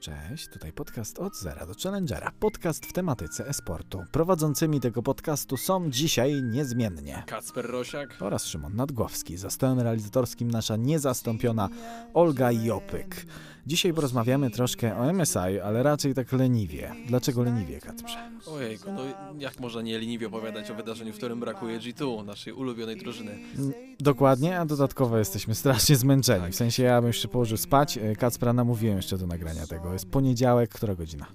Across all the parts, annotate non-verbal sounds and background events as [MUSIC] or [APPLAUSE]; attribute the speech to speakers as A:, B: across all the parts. A: Cześć, tutaj podcast od zera do challengera. Podcast w tematyce e-sportu. Prowadzącymi tego podcastu są dzisiaj niezmiennie
B: Kacper Rosiak.
A: oraz Szymon Nadgłowski, za stołem realizatorskim nasza niezastąpiona Olga Jopyk. Dzisiaj porozmawiamy troszkę o MSI, ale raczej tak leniwie. Dlaczego leniwie, Kacprze?
B: Ojejku, no jak można nie leniwie opowiadać o wydarzeniu, w którym brakuje G2, naszej ulubionej drużyny.
A: Dokładnie, a dodatkowo jesteśmy strasznie zmęczeni. W sensie ja bym jeszcze położył spać. E, Kacpra namówiłem jeszcze do nagrania tego. Jest poniedziałek, która godzina?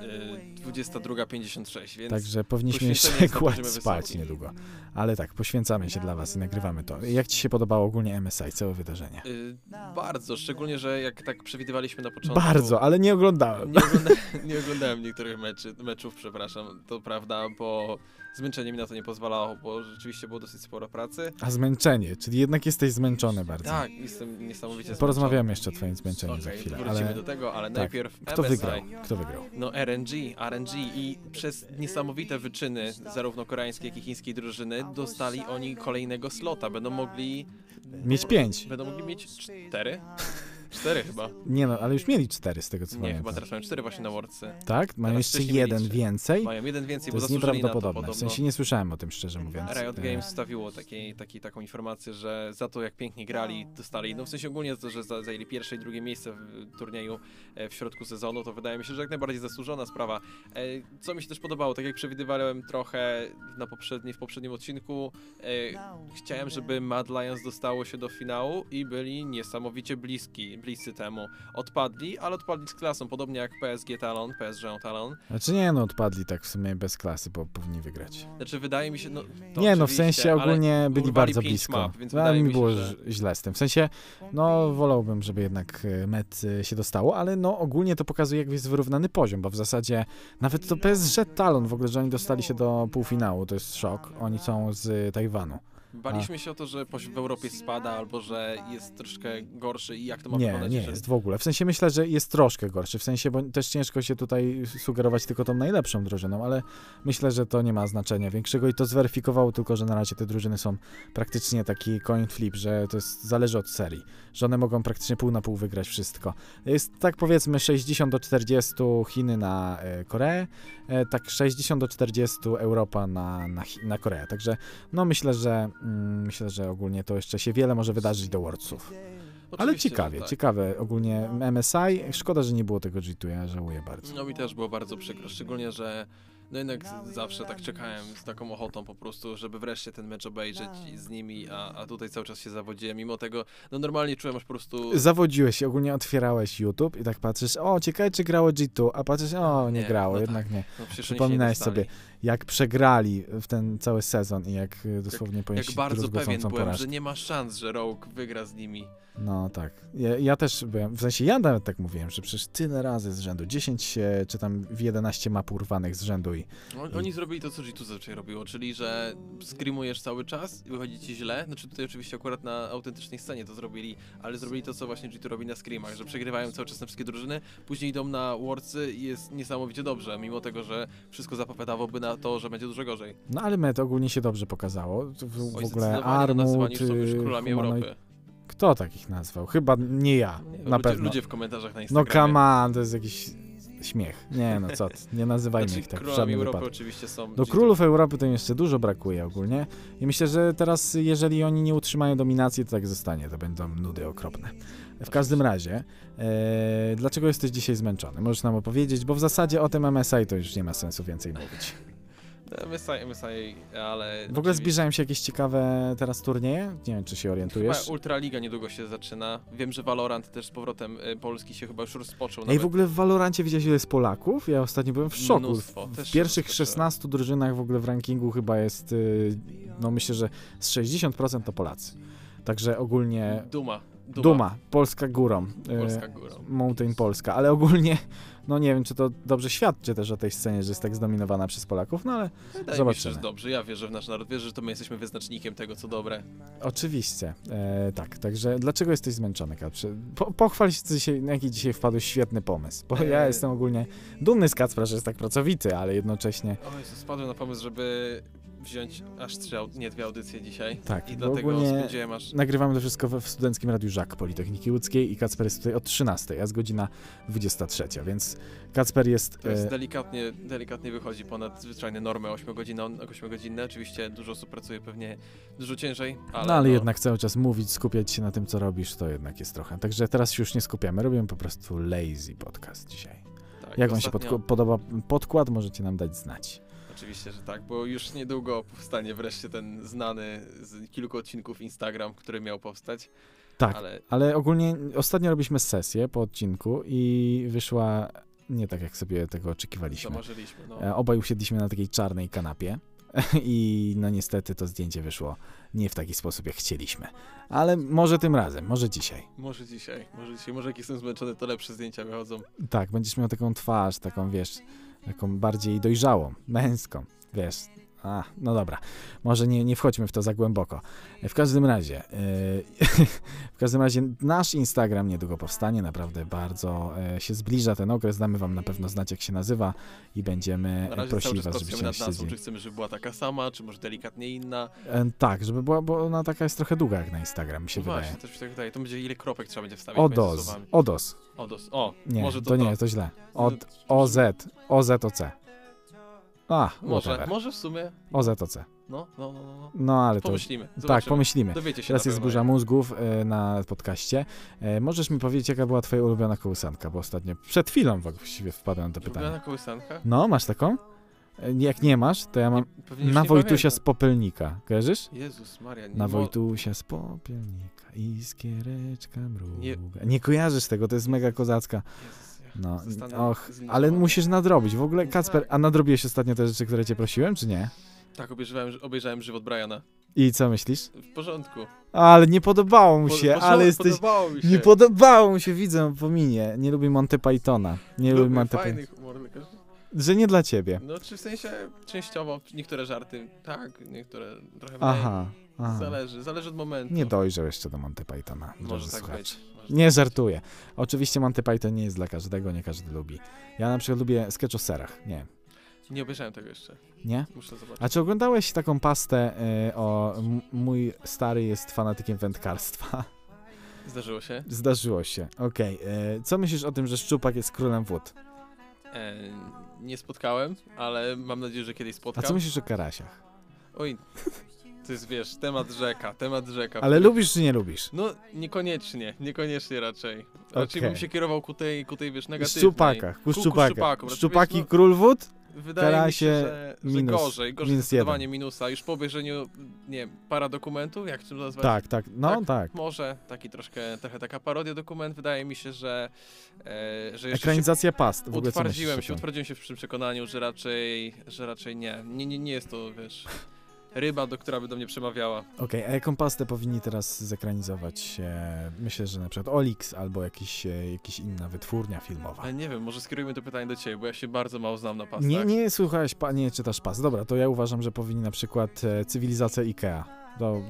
B: Yy, 22.56, więc
A: Także powinniśmy
B: poświęcenie
A: jeszcze
B: jest na
A: kłaść
B: poziomie
A: spać
B: wysokim.
A: niedługo. Ale tak, poświęcamy się dla Was i nagrywamy to. Jak Ci się podobało ogólnie MSI, całe wydarzenie?
B: yy, bardzo, szczególnie, że jak tak przewidywaliśmy na początku.
A: Bardzo, ale nie oglądałem.
B: Nie, ogląda, [LAUGHS] nie oglądałem niektórych meczy, meczów, przepraszam, to prawda, bo zmęczenie mi na to nie pozwalało, bo rzeczywiście było dosyć sporo pracy.
A: A zmęczenie, czyli jednak jesteś zmęczony bardzo.
B: Tak, jestem niesamowicie
A: Porozmawiamy jeszcze o Twoim zmęczeniu
B: zmęczony.
A: za
B: Okej,
A: chwilę,
B: wrócimy
A: ale tak.
B: do tego, ale najpierw
A: kto
B: MSI.
A: wygrał? Kto wygrał?
B: No RNG, RNG i przez niesamowite wyczyny zarówno koreańskiej, jak i chińskiej drużyny dostali oni kolejnego slota. Będą mogli,
A: Mieć pięć.
B: będą mogli mieć cztery? Cztery chyba.
A: Nie no, ale już mieli cztery z tego co
B: Nie, chyba
A: pamiętam.
B: teraz mają cztery właśnie na worce.
A: Tak? Mają
B: teraz
A: jeszcze
B: wcześniej mieli
A: jeden
B: trzy.
A: więcej?
B: Mają jeden więcej,
A: To
B: bo
A: jest
B: zasłużyli na to
A: nieprawdopodobne.
B: podobno.
A: W sensie nie słyszałem o tym, szczerze mówiąc.
B: Riot
A: E,
B: Games stawiło takiej, takiej, taką informację, że za to jak pięknie grali, dostali, no w sensie ogólnie to, że za- zajęli pierwsze i drugie miejsce w turnieju e, w środku sezonu, to wydaje mi się, że jak najbardziej zasłużona sprawa. E, Co mi się też podobało, tak jak przewidywałem trochę na poprzedni, w poprzednim odcinku, e, chciałem, żeby Mad Lions dostało się do finału i byli niesamowicie bliski, bliscy temu. Odpadli, ale odpadli z klasą, podobnie jak PSG Talon, PSG Talon.
A: Znaczy nie no, odpadli tak w sumie bez klasy, bo powinni wygrać.
B: Znaczy wydaje mi się, no to
A: Nie, no w
B: oczywiście,
A: sensie
B: ale-
A: ogólnie byli
B: urwali
A: bardzo
B: pięć
A: blisko.
B: map, więc
A: Ale
B: wydaje
A: mi,
B: mi się,
A: było
B: że-
A: ż- źle z tym. W sensie, no wolałbym, żeby jednak e, met e, się dostało, ale no ogólnie to pokazuje, jak jest wyrównany poziom, bo w zasadzie nawet
B: No.
A: to PSG Talon w ogóle, że oni dostali się do półfinału, to jest szok. Oni są z e, Tajwanu.
B: Baliśmy
A: Tak.
B: się o to, że poziom w Europie spada albo że jest troszkę gorszy i jak to ma
A: Nie,
B: wyglądać,
A: nie
B: że
A: jest w ogóle. W sensie myślę, że jest troszkę gorszy, w sensie, bo też ciężko się tutaj sugerować tylko tą najlepszą drużyną, ale myślę, że to nie ma znaczenia większego i to zweryfikowało tylko, że na razie te drużyny są praktycznie taki coin flip, że to jest, zależy od serii, że one mogą praktycznie pół na pół wygrać wszystko. Jest tak powiedzmy 60 do 40 Chiny na e, Koreę, e, tak 60 do 40 Europa na, na, Chi- na Koreę, także no myślę, że mm, myślę, że ogólnie to jeszcze się wiele może wydarzyć do Worldsów. Ale
B: Oczywiście, że
A: ciekawie,
B: tak.
A: ciekawe. Ogólnie MSI, szkoda, że nie było tego G2, ja żałuję bardzo.
B: No mi też było bardzo przykro, szczególnie, że no jednak z- zawsze tak czekałem z taką ochotą po prostu, żeby wreszcie ten mecz obejrzeć i z nimi, a, a tutaj cały czas się zawodziłem, mimo tego, no normalnie czułem aż po prostu... no,
A: Zawodziłeś się, ogólnie otwierałeś YouTube i tak patrzysz, o ciekawe czy grało G2, a patrzysz, o nie,
B: Nie,
A: grało,
B: no tak.
A: jednak nie.
B: No, przecież oni się nie
A: Przypominałeś
B: dostali.
A: sobie, jak przegrali w ten cały sezon i jak y, dosłownie
B: Jak
A: ponieśli
B: bardzo pewien
A: druzgocącą
B: byłem,
A: porażkę.
B: że nie ma szans, że Rogue wygra z nimi.
A: No tak. Ja, ja też byłem, w sensie ja nawet tak mówiłem, że przecież tyle razy z rzędu, 10 e, czy tam w 11 map urwanych z rzędu i
B: On- Oni zrobili to, co G2 zazwyczaj robiło, czyli że skrimujesz cały czas i wychodzi ci źle. Znaczy tutaj oczywiście akurat na autentycznej scenie to zrobili, ale zrobili to, co właśnie G2 robi na scrimach, że przegrywają cały czas na wszystkie drużyny, później idą na Warcy i jest niesamowicie dobrze, mimo tego, że wszystko zapowiadałoby na to, że będzie dużo gorzej.
A: No ale Met ogólnie się dobrze pokazało. W, w ogóle
B: Oni zdecydowanie to nazywani
A: Armut,
B: już są już królami
A: y, humanoid-
B: Europy.
A: Kto takich nazwał? Chyba nie ja, na
B: ludzie,
A: pewno.
B: ludzie w komentarzach na
A: no
B: Instagramie.
A: come on, to jest jakiś śmiech. Nie no co, ty, nie nazywajmy
B: Znaczy,
A: ich tak w
B: królami
A: żadnym
B: Europy
A: wypadku.
B: oczywiście są
A: Do
B: G2.
A: królów Europy to im jeszcze dużo brakuje ogólnie i myślę, że teraz jeżeli oni nie utrzymają dominacji, to tak zostanie, to będą nudy okropne. W każdym razie, e, dlaczego jesteś dzisiaj zmęczony? Możesz nam opowiedzieć, bo w zasadzie o tym MSI to już nie ma sensu więcej
B: [LAUGHS]
A: mówić.
B: MSI, MSI, ale...
A: W ogóle
B: oczywiście-
A: zbliżają się jakieś ciekawe teraz turnieje? Nie wiem, czy się orientujesz.
B: Chyba Ultraliga niedługo się zaczyna. Wiem, że Valorant też z powrotem y, polski się chyba już rozpoczął.
A: Ej, No
B: Nawet.
A: w ogóle w Valorancie widziałeś ile jest Polaków? Ja ostatnio byłem w szoku.
B: Mnóstwo,
A: w
B: też
A: w
B: się
A: pierwszych
B: zaskoczyłem.
A: 16 drużynach w ogóle w rankingu chyba jest, y, no myślę, że z 60% to Polacy. Także ogólnie
B: Duma. Duma.
A: Duma, Polska górą, y,
B: Polska górą.
A: Mountain Polska, ale ogólnie, no nie wiem, czy to dobrze świadczy też o tej scenie, że jest tak zdominowana przez Polaków, no ale
B: Wydaje mi się, że
A: zobaczymy.
B: jest dobrze. Ja wierzę w nasz naród. Wierzę, że to my jesteśmy wyznacznikiem tego, co dobre.
A: Oczywiście, e, tak, także dlaczego jesteś zmęczony, Kaprze? Po, pochwal się, dzisiaj, na jaki dzisiaj wpadłeś świetny pomysł, bo ja
B: E.
A: jestem ogólnie dumny z Kacpra, że jest tak pracowity, ale jednocześnie
B: O Jezu, spadłem na pomysł, żeby wziąć aż trzy, au- nie dwie audycje dzisiaj.
A: Tak,
B: I
A: bo
B: dlatego
A: ogólnie-
B: spędziłem aż
A: Nagrywamy to wszystko we- w Studenckim Radiu Żak Politechniki Łódzkiej i Kacper jest tutaj od 13, a jest godzina 23, więc Kacper jest...
B: To jest
A: e,
B: delikatnie, delikatnie wychodzi ponad zwyczajne normy 8-godzinne. 8 Oczywiście dużo osób pracuje pewnie dużo ciężej, ale,
A: no ale
B: no,
A: jednak cały czas mówić, skupiać się na tym, co robisz, to jednak jest trochę. Także teraz się już nie skupiamy, robimy po prostu lazy podcast dzisiaj.
B: tak,
A: Jak wam się
B: ostatnio-
A: podku- podoba podkład, możecie nam dać znać.
B: Oczywiście, że tak, bo już niedługo powstanie wreszcie ten znany z kilku odcinków Instagram, który miał powstać.
A: Tak,
B: Ale
A: Ale ogólnie ostatnio robiliśmy sesję po odcinku i wyszła nie tak, jak sobie tego oczekiwaliśmy.
B: zamarzyliśmy. No.
A: E, Obaj usiedliśmy na takiej czarnej kanapie [LAUGHS] i no niestety to zdjęcie wyszło nie w taki sposób, jak chcieliśmy. Ale może tym razem, może dzisiaj.
B: Może dzisiaj, może dzisiaj, może jak jestem zmęczony, to lepsze zdjęcia wychodzą.
A: Tak, będziesz miał taką twarz, taką wiesz, taką bardziej dojrzałą, męską, wiesz. A, no dobra, może nie, nie wchodźmy w to za głęboko. E, W każdym razie, yy, [LAUGHS] w każdym razie nasz Instagram niedługo powstanie, naprawdę bardzo e, się zbliża ten okres, damy wam na pewno znać jak się nazywa i będziemy
B: Na
A: e,
B: razie cały
A: prosili
B: czas
A: was,
B: pracujemy
A: żebyście nas
B: nad nazwą,
A: śledzili.
B: czy chcemy, żeby była taka sama, czy może delikatnie inna.
A: E, Tak, żeby była, bo ona taka jest trochę długa jak na Instagram, mi się
B: No
A: wydaje.
B: właśnie, też mi się tak wydaje. To będzie ile kropek trzeba będzie wstawić między
A: Odos,
B: słowami.
A: odos,
B: Odos. O,
A: nie,
B: może
A: to,
B: to, tak.
A: nie, to źle. Od, OZ, OZOC. A,
B: Może,
A: whatever.
B: może w sumie.
A: OZOC.
B: No, no, no, no.
A: No ale to.
B: Pomyślimy.
A: Tak,
B: Zobaczymy.
A: pomyślimy.
B: Dowiecie się.
A: Teraz
B: na
A: jest
B: pewno,
A: burza
B: jak.
A: mózgów e, na podcaście. E, Możesz mi powiedzieć, jaka była twoja ulubiona kołysanka? Bo ostatnio, przed chwilą właściwie wpadłem na to pytanie.
B: Ulubiona kołysanka?
A: No, masz taką? E, Jak nie masz, to ja mam
B: Nie- pewnie już
A: na
B: nie
A: Wojtusia z
B: pamiętam.
A: Popelnika. Kojarzysz?
B: Jezus Maria, nie
A: Na
B: mo-
A: Wojtusia z Popelnika. Iskiereczka
B: Nie.
A: mruga. Nie kojarzysz tego, to jest mega kozacka.
B: Jezus, ja
A: No,
B: zostanę
A: och, ale
B: zlitowany.
A: musisz nadrobić. W ogóle,
B: Nie
A: Kacper,
B: tak.
A: a nadrobiłeś ostatnio te rzeczy, które cię prosiłem, czy nie?
B: Tak, obejrzałem, obejrzałem żywot Briana.
A: I co myślisz?
B: W porządku.
A: Ale nie podobało mu
B: Po-
A: się,
B: poszło-
A: ale jesteś...
B: Podobało mi się.
A: Nie podobało mu się, widzę, pominie. Nie lubi Monty Pythona. Nie lubi
B: Lubię
A: Monty
B: fajny
A: Pythona.
B: humor. tylko że-
A: Że nie dla ciebie.
B: No, czy w sensie częściowo niektóre żarty tak, niektóre trochę mniej.
A: Aha, aha.
B: Zależy, zależy od momentu.
A: Nie dojrzał jeszcze do Monty Pythona.
B: Może
A: drodzy
B: tak
A: słuchacze.
B: być. Może
A: Nie żartuję. Oczywiście Monty Python nie jest dla każdego, nie każdy lubi. Ja na przykład lubię sketch o serach. Nie.
B: Nie obejrzałem tego jeszcze.
A: Nie?
B: Muszę zobaczyć.
A: A czy oglądałeś taką pastę y, o m- mój stary jest fanatykiem wędkarstwa? [LAUGHS]
B: Zdarzyło się?
A: Zdarzyło się. Okej. y, Co myślisz o tym, że szczupak jest królem wód?
B: E, nie spotkałem, ale mam nadzieję, że kiedyś
A: A
B: spotkam.
A: co myślisz o karasiach?
B: Oj, to jest wiesz, temat rzeka, temat rzeka.
A: Ale lubisz czy nie lubisz?
B: No, niekoniecznie, niekoniecznie raczej. Raczej bym
A: Okej.
B: się kierował ku tej, ku tej wiesz, negatywnej.
A: Szczupakach, ku
B: Ku- ku
A: szczupakach.
B: szczupaku.
A: Szczupaki
B: Raczej, no-
A: król wód?
B: Wydaje mi się,
A: Karasie
B: że, że
A: minus-
B: gorzej, gorzej
A: minus
B: zdecydowanie
A: jeden.
B: minusa. Już po obejrzeniu, nie wiem, para dokumentów, jak to nazwać?
A: Tak, tak, no tak.
B: Może taki troszkę, trochę taka parodia dokument. Wydaje mi się, że, e, że jeszcze się
A: Ekranizacja past. W ogóle co
B: Utwardziłem
A: myślisz
B: się,
A: o tym?
B: utwardziłem się w tym przekonaniu, że raczej, że raczej nie. Nie, nie, nie jest to, wiesz, ryba, do która by do mnie przemawiała.
A: Okej, a jaką pastę powinni teraz zekranizować? E, myślę, że na przykład Olix albo jakiś, e, jakiś inna wytwórnia filmowa.
B: Ale nie wiem, może skierujmy to pytanie do ciebie, bo ja się bardzo mało znam na pastach.
A: Nie, nie słuchałeś, pa, nie czytasz pas. Dobra, to ja uważam, że powinni na przykład e, cywilizacja Ikea. To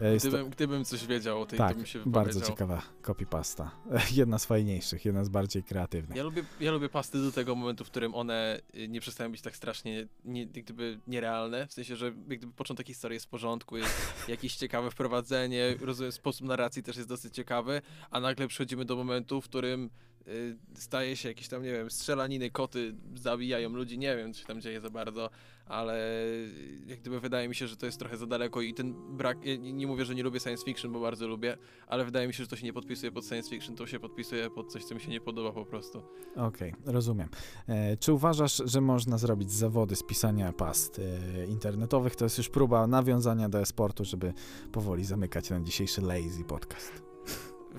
A: e, jest
B: Gdybym, gdybym coś wiedział o tej,
A: tak,
B: to bym się
A: bardzo
B: wypowiedział.
A: ciekawa copypasta. [LAUGHS] Jedna z fajniejszych, jedna z bardziej kreatywnych.
B: Ja lubię, ja lubię pasty do tego momentu, w którym one y, nie przestają być tak strasznie nie, jak gdyby nierealne, w sensie, że jak gdyby początek historii jest w porządku, jest jakieś ciekawe wprowadzenie, rozumiem, sposób narracji też jest dosyć ciekawy, a nagle przechodzimy do momentu, w którym y, staje się jakieś tam, nie wiem, strzelaniny, koty zabijają ludzi, nie wiem, co się tam dzieje za bardzo, ale y, jak gdyby wydaje mi się, że to jest trochę za daleko i ten brak, ja nie nie mówię, że nie lubię science fiction, bo bardzo lubię, ale wydaje mi się, że to się nie podpisuje pod science fiction, to się podpisuje pod coś, co mi się nie podoba po prostu.
A: Okej, rozumiem. E, czy uważasz, że można zrobić zawody z pisania past e, internetowych? To jest już próba nawiązania do e-sportu, żeby powoli zamykać ten dzisiejszy lazy podcast.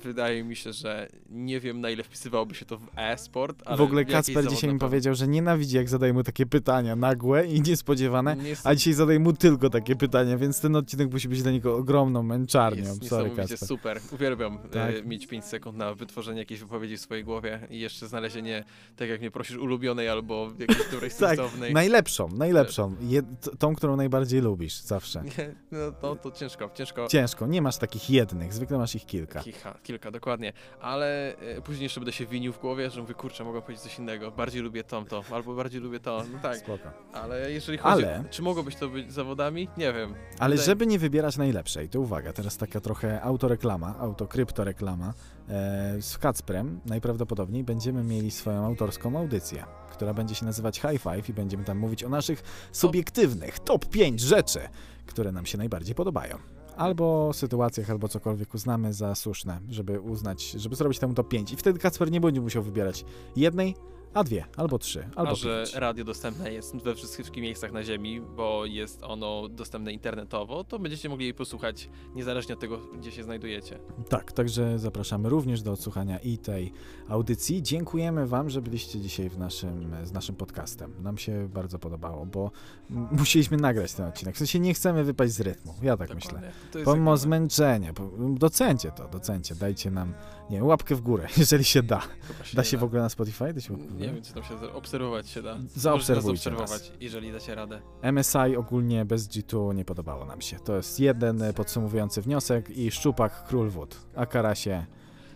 B: Wydaje mi się, że nie wiem na ile wpisywałoby się to w e-sport, ale
A: w ogóle
B: jakiś
A: Kacper
B: zawód
A: dzisiaj
B: na
A: mi
B: pewno.
A: powiedział, że nienawidzi, jak zadaję mu takie pytania nagłe i niespodziewane,
B: Nie jest,
A: a dzisiaj zadaję mu tylko takie pytania, więc ten odcinek musi być dla niego ogromną męczarnią.
B: jest
A: Sorry,
B: niesamowicie
A: Kacper.
B: super. Uwielbiam
A: Tak.
B: e, mieć 5 sekund na wytworzenie jakiejś wypowiedzi w swojej głowie i jeszcze znalezienie, tak jak mnie prosisz, ulubionej albo jakiejś której
A: [LAUGHS] Tak,
B: sensownej. [LAUGHS]
A: Najlepszą, najlepszą. Je, t- tą, którą najbardziej lubisz zawsze.
B: Nie, No to, to ciężko, ciężko.
A: Ciężko, nie masz takich jednych, zwykle masz ich kilka.
B: Kicha, kilka, dokładnie. Ale e, później jeszcze będę się winił w głowie, że mówię, kurczę, mogę powiedzieć coś innego. Bardziej lubię tamto, albo bardziej lubię to. No tak,
A: Spoko.
B: ale jeżeli chodzi
A: Ale-
B: o... Czy mogą być to być zawodami? Nie wiem.
A: Ale
B: Tutaj-
A: żeby nie wybierać najlepszej, to uwaga, teraz taka trochę autoreklama, autokryptoreklama. E, z Kacprem najprawdopodobniej będziemy mieli swoją autorską audycję, która będzie się nazywać High Five i będziemy tam mówić o naszych subiektywnych top 5 rzeczy, które nam się najbardziej podobają. Albo sytuacjach, albo cokolwiek uznamy za słuszne, żeby uznać, żeby zrobić temu top 5. I wtedy Kacper nie będzie musiał wybierać jednej, a dwie, albo trzy, albo
B: A że
A: pięć.
B: radio dostępne jest we wszystkich miejscach na Ziemi, bo jest ono dostępne internetowo, to będziecie mogli jej posłuchać niezależnie od tego, gdzie się znajdujecie.
A: Tak, także zapraszamy również do odsłuchania i tej audycji. Dziękujemy Wam, że byliście dzisiaj w naszym, z naszym podcastem. Nam się bardzo podobało, bo m- musieliśmy nagrać ten odcinek. W sensie nie chcemy wypaść z rytmu. Ja tak myślę.
B: To jest
A: Pomimo
B: jak-
A: zmęczenia, po- docencie to, docencie. Dajcie nam, nie wiem, łapkę w górę, [LAUGHS] jeżeli się da.
B: chyba
A: Da
B: nie
A: się w ogóle na Spotify? Da się łapkę w
B: Nie
A: górę?
B: wiem, czy tam się za- obserwować się da.
A: Zaobserwujcie
B: Można
A: nas.
B: obserwować, jeżeli
A: [LAUGHS]
B: dacie radę.
A: MSI ogólnie bez G2 nie podobało nam się. To jest jeden e, podsumowujący wniosek i szczupak król wód, a karasie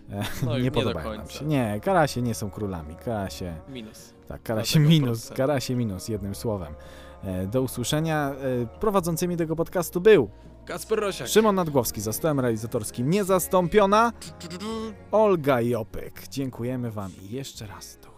A: e,
B: No i
A: nie
B: nie do
A: podobają nam
B: końca.
A: się. Nie, karasie nie są królami. Karasie,
B: Minus.
A: tak, karasie
B: Dlatego
A: minus,
B: procent.
A: karasie minus, jednym słowem. E, Do usłyszenia. E, Prowadzącymi tego podcastu był
B: Kasper Rosiak.
A: Szymon Nadgłowski, zastałem realizatorskim niezastąpiona Olga Jopyk. Dziękujemy Wam i jeszcze raz do